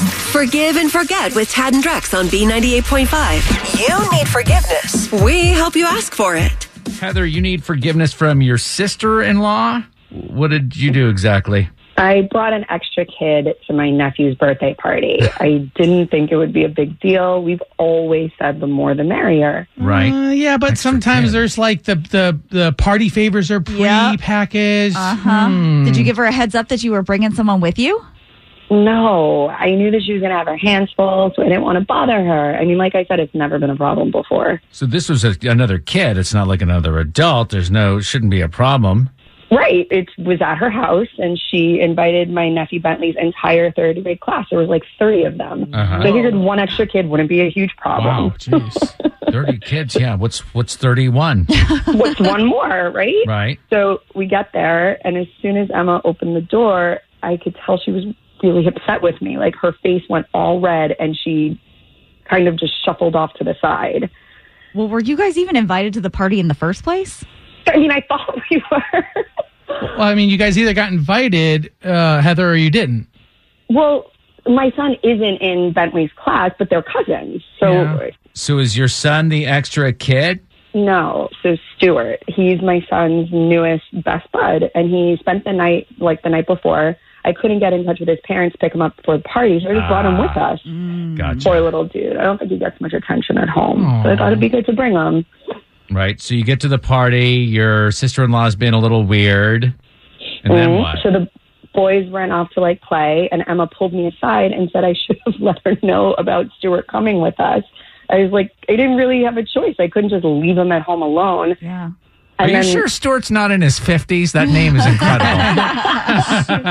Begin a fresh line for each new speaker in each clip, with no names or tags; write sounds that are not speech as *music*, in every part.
Forgive and forget with Tad and Drex on B98.5. You need forgiveness. We help you ask for it.
Heather, you need forgiveness from your sister in law. What did you do exactly?
I brought an extra kid to my nephew's birthday party. I didn't think it would be a big deal. We've always said the more the merrier.
Right.
Uh, yeah, but sometimes
can.
there's like the the the party favors are
Yeah.
pre-packaged.
Uh huh. Did you give her a heads up that you were bringing someone with you?
No, I knew that she was going to have her hands full, so I didn't want to bother her. I mean, like I said, it's never been a problem before.
So this was a, another kid. It's not like another adult. There's no, shouldn't be a problem.
Right. It was at her house, and she invited my nephew Bentley's entire third grade class. There was like 30 of them.
Uh-huh.
So I figured one extra kid wouldn't be a huge problem.
Wow, jeez. 30 kids. Yeah. What's, what's 31?
What's one more, right?
Right.
So we get there, and as soon as Emma opened the door, I could tell she was really upset with me. Like her face went all red, and she kind of just shuffled off to the side.
Well, were you guys even invited to the party in the first place?
I mean, I thought *laughs* we were.
Well, I mean, you guys either got invited, uh, Heather, or you didn't.
well, my son isn't in Bentley's class, but they're cousins. So
Yeah.
So is your son the extra kid?
no. So Stuart, he's my son's newest best bud, and he spent the night like the night before. I couldn't get in touch with his parents to pick him up for the party, so I just brought him with us.
Gotcha.
Poor little dude. I don't think he gets much attention at home. So I
Aw.
thought it'd be good to bring him.
Right. So you get to the party. Your sister in law's been a little weird. And then
Mhm.
what?
So the boys ran off to like play, and Emma pulled me aside and said I *laughs* should have let her know about Stuart coming with us. I was like, I didn't really have a choice. I couldn't just leave him at home alone.
Yeah.
Are
And
you
then
sure Stuart's not in his 50s? That name is incredible.
*laughs*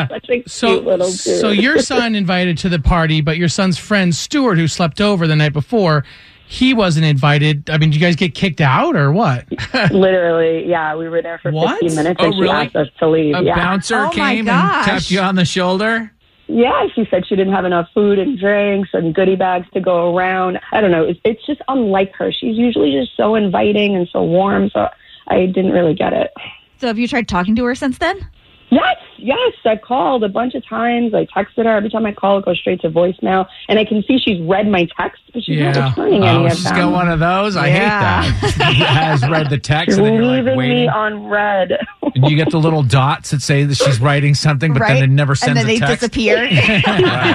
such a cute
So,
little dude.
so your son invited to the party, but your son's friend Stuart, who slept over the night before, he wasn't invited. I mean, did you guys get kicked out or what?
literally, yeah, we were there for
What?
15 minutes,
Oh,
and she
really?
asked us to leave.
A
yeah,
bouncer
Oh, my
came and
gosh.
tapped you on the shoulder.
yeah. She said she didn't have enough food and drinks and goodie bags to go around. I don't know. It's, it's just unlike her. She's usually just so inviting and so warm. So I didn't really get it.
So have you tried talking to her since then?
Yes, yes. I called a bunch of times. I texted her. Every time I call, it goes straight to voicemail. And I can see she's read my text, but she's not returning
Oh,
any of
she's
them.
got one of those. I
Yeah.
hate that. *laughs* She has read the text
she's
and then you're like
leaving me
waiting.
on red. *laughs*
And you get the little dots that say that she's writing something, but then it never sends
and then
a
they
text. *laughs*
disappear. *laughs*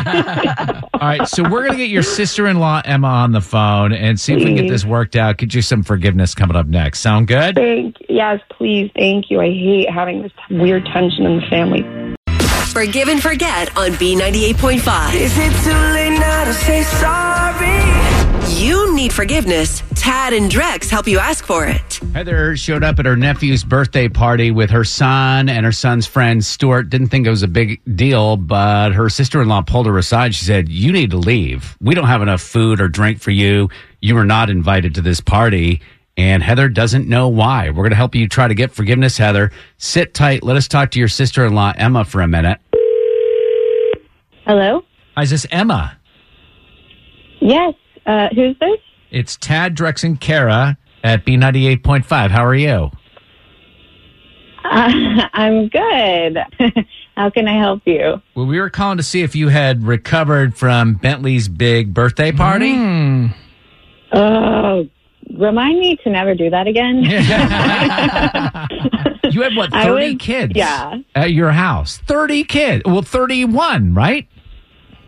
All right, so we're gonna get your sister-in-law Emma on the phone and see if we can get this worked out. Get you some forgiveness coming up next. Sound good?
thank, yes, please. Thank you. I hate having this weird tension in the family.
Forgive and forget on B98.5.
Is it too late now to say sorry?
You need forgiveness. Tad and Drex help you ask for it.
Heather showed up at her nephew's birthday party with her son and her son's friend Stuart. Didn't think it was a big deal, but her sister-in-law pulled her aside. She said, "You need to leave. We don't have enough food or drink for you. You were not invited to this party." And Heather doesn't know why. We're going to help you try to get forgiveness, Heather. Sit tight. Let us talk to your sister in law, Emma, for a minute.
Hello?
Hi, is this Emma?
Yes. Uh, who's this?
It's Tad, Drex, and Kara at B98.5. How are you?
Uh, *laughs* I'm good. *laughs* How can I help you?
Well, we were calling to see if you had recovered from Bentley's big birthday party.
Mm.
*laughs*
*laughs*
Oh, remind me to never do that again.
You had, what,
I
30
was-
kids
yeah.
at your house? 30 kids. Well, 31, right?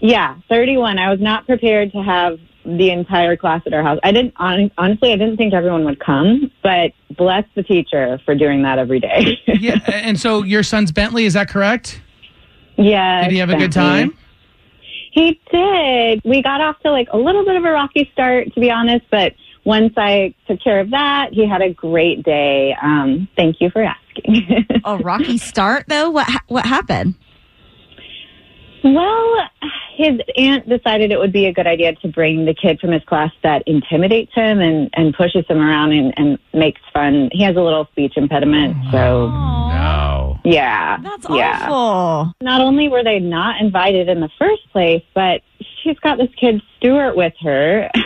Yeah, 31. I was not prepared to have the entire class at our house. I didn't hon- honestly, I didn't think everyone would come, but bless the teacher for doing that every day.
Yeah, and so your son's Bentley, is that correct?
*laughs* yeah.
Did he have a good
definitely.
time?
He did. We got off to like a little bit of a rocky start to be honest, but once I took care of that, he had a great day. Um, thank you for asking. *laughs*
*laughs* a rocky start, though. What ha- what happened?
Well, his aunt decided it would be a good idea to bring the kid from his class that intimidates him and, and pushes him around and, and makes fun. He has a little speech impediment, so
No.
yeah.
That's
yeah.
awful.
Not only were they not invited in the first place, but she's got this kid Stuart with her. *laughs*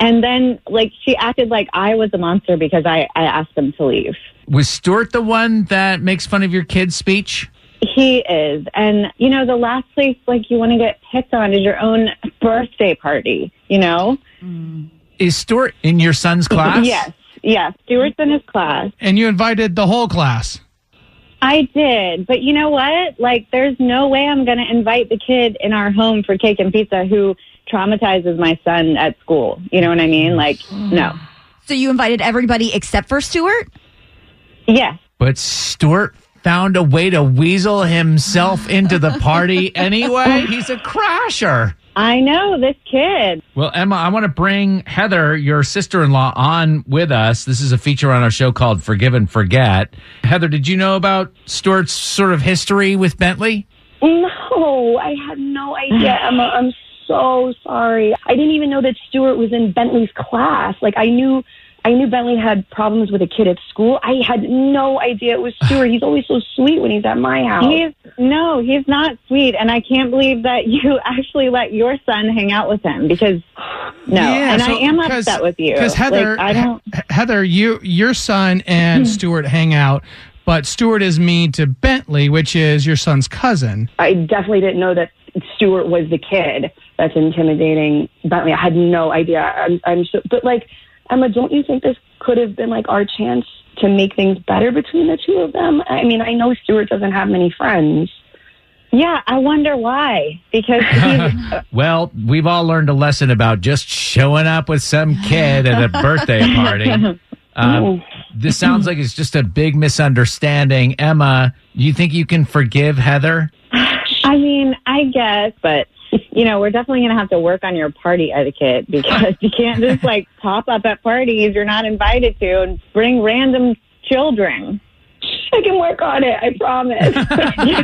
And then, like, she acted like I was a monster because I, I asked them to leave.
Was Stuart the one that makes fun of your kid's speech?
He is. And, you know, the last place, like, you want to get picked on is your own birthday party, you know?
Is Stuart in your son's class?
Yes. Yes. Stuart's in his class.
And you invited the whole class.
I did. But you know what? Like, there's no way I'm going to invite the kid in our home for cake and pizza who traumatizes my son at school. You know what I mean? Like, no.
So you invited everybody except for Stuart?
Yes.
But Stuart found a way to weasel himself into the party anyway. He's a crasher.
I know this kid.
Well, Emma, I want to bring Heather, your sister in law, on with us. This is a feature on our show called Forgive and Forget. Heather, did you know about Stuart's sort of history with Bentley?
No, I had no idea, Emma. I'm so sorry. I didn't even know that Stuart was in Bentley's class. Like I knew I knew Bentley had problems with a kid at school. I had no idea it was Stuart. He's always so sweet when he's at my house.
He's no, he's not sweet, and I can't believe that *laughs* you actually let your son hang out with him because no, and I am upset with you
Because Heather,
Like, I don't.
He- Heather, you your son
*laughs*
and Stuart hang out, but Stuart is mean to Bentley, which is your son's cousin.
I definitely didn't know that Stuart was the kid that's intimidating Bentley. I had no idea. I'm, I'm so, but like, Emma, don't you think this could have been like our chance to make things better between the two of them? I mean, I know Stuart doesn't have many friends.
Yeah, I wonder why because he's,
Well, we've all learned a lesson about just showing up with some kid at a birthday party. Um, this sounds like it's just a big misunderstanding. Emma, do you think you can forgive Heather?
I mean, I guess, but you know, we're definitely gonna have to work on your party etiquette because *laughs* you can't just like pop up at parties you're not invited to and bring random children.
I can work on it. I promise. *laughs*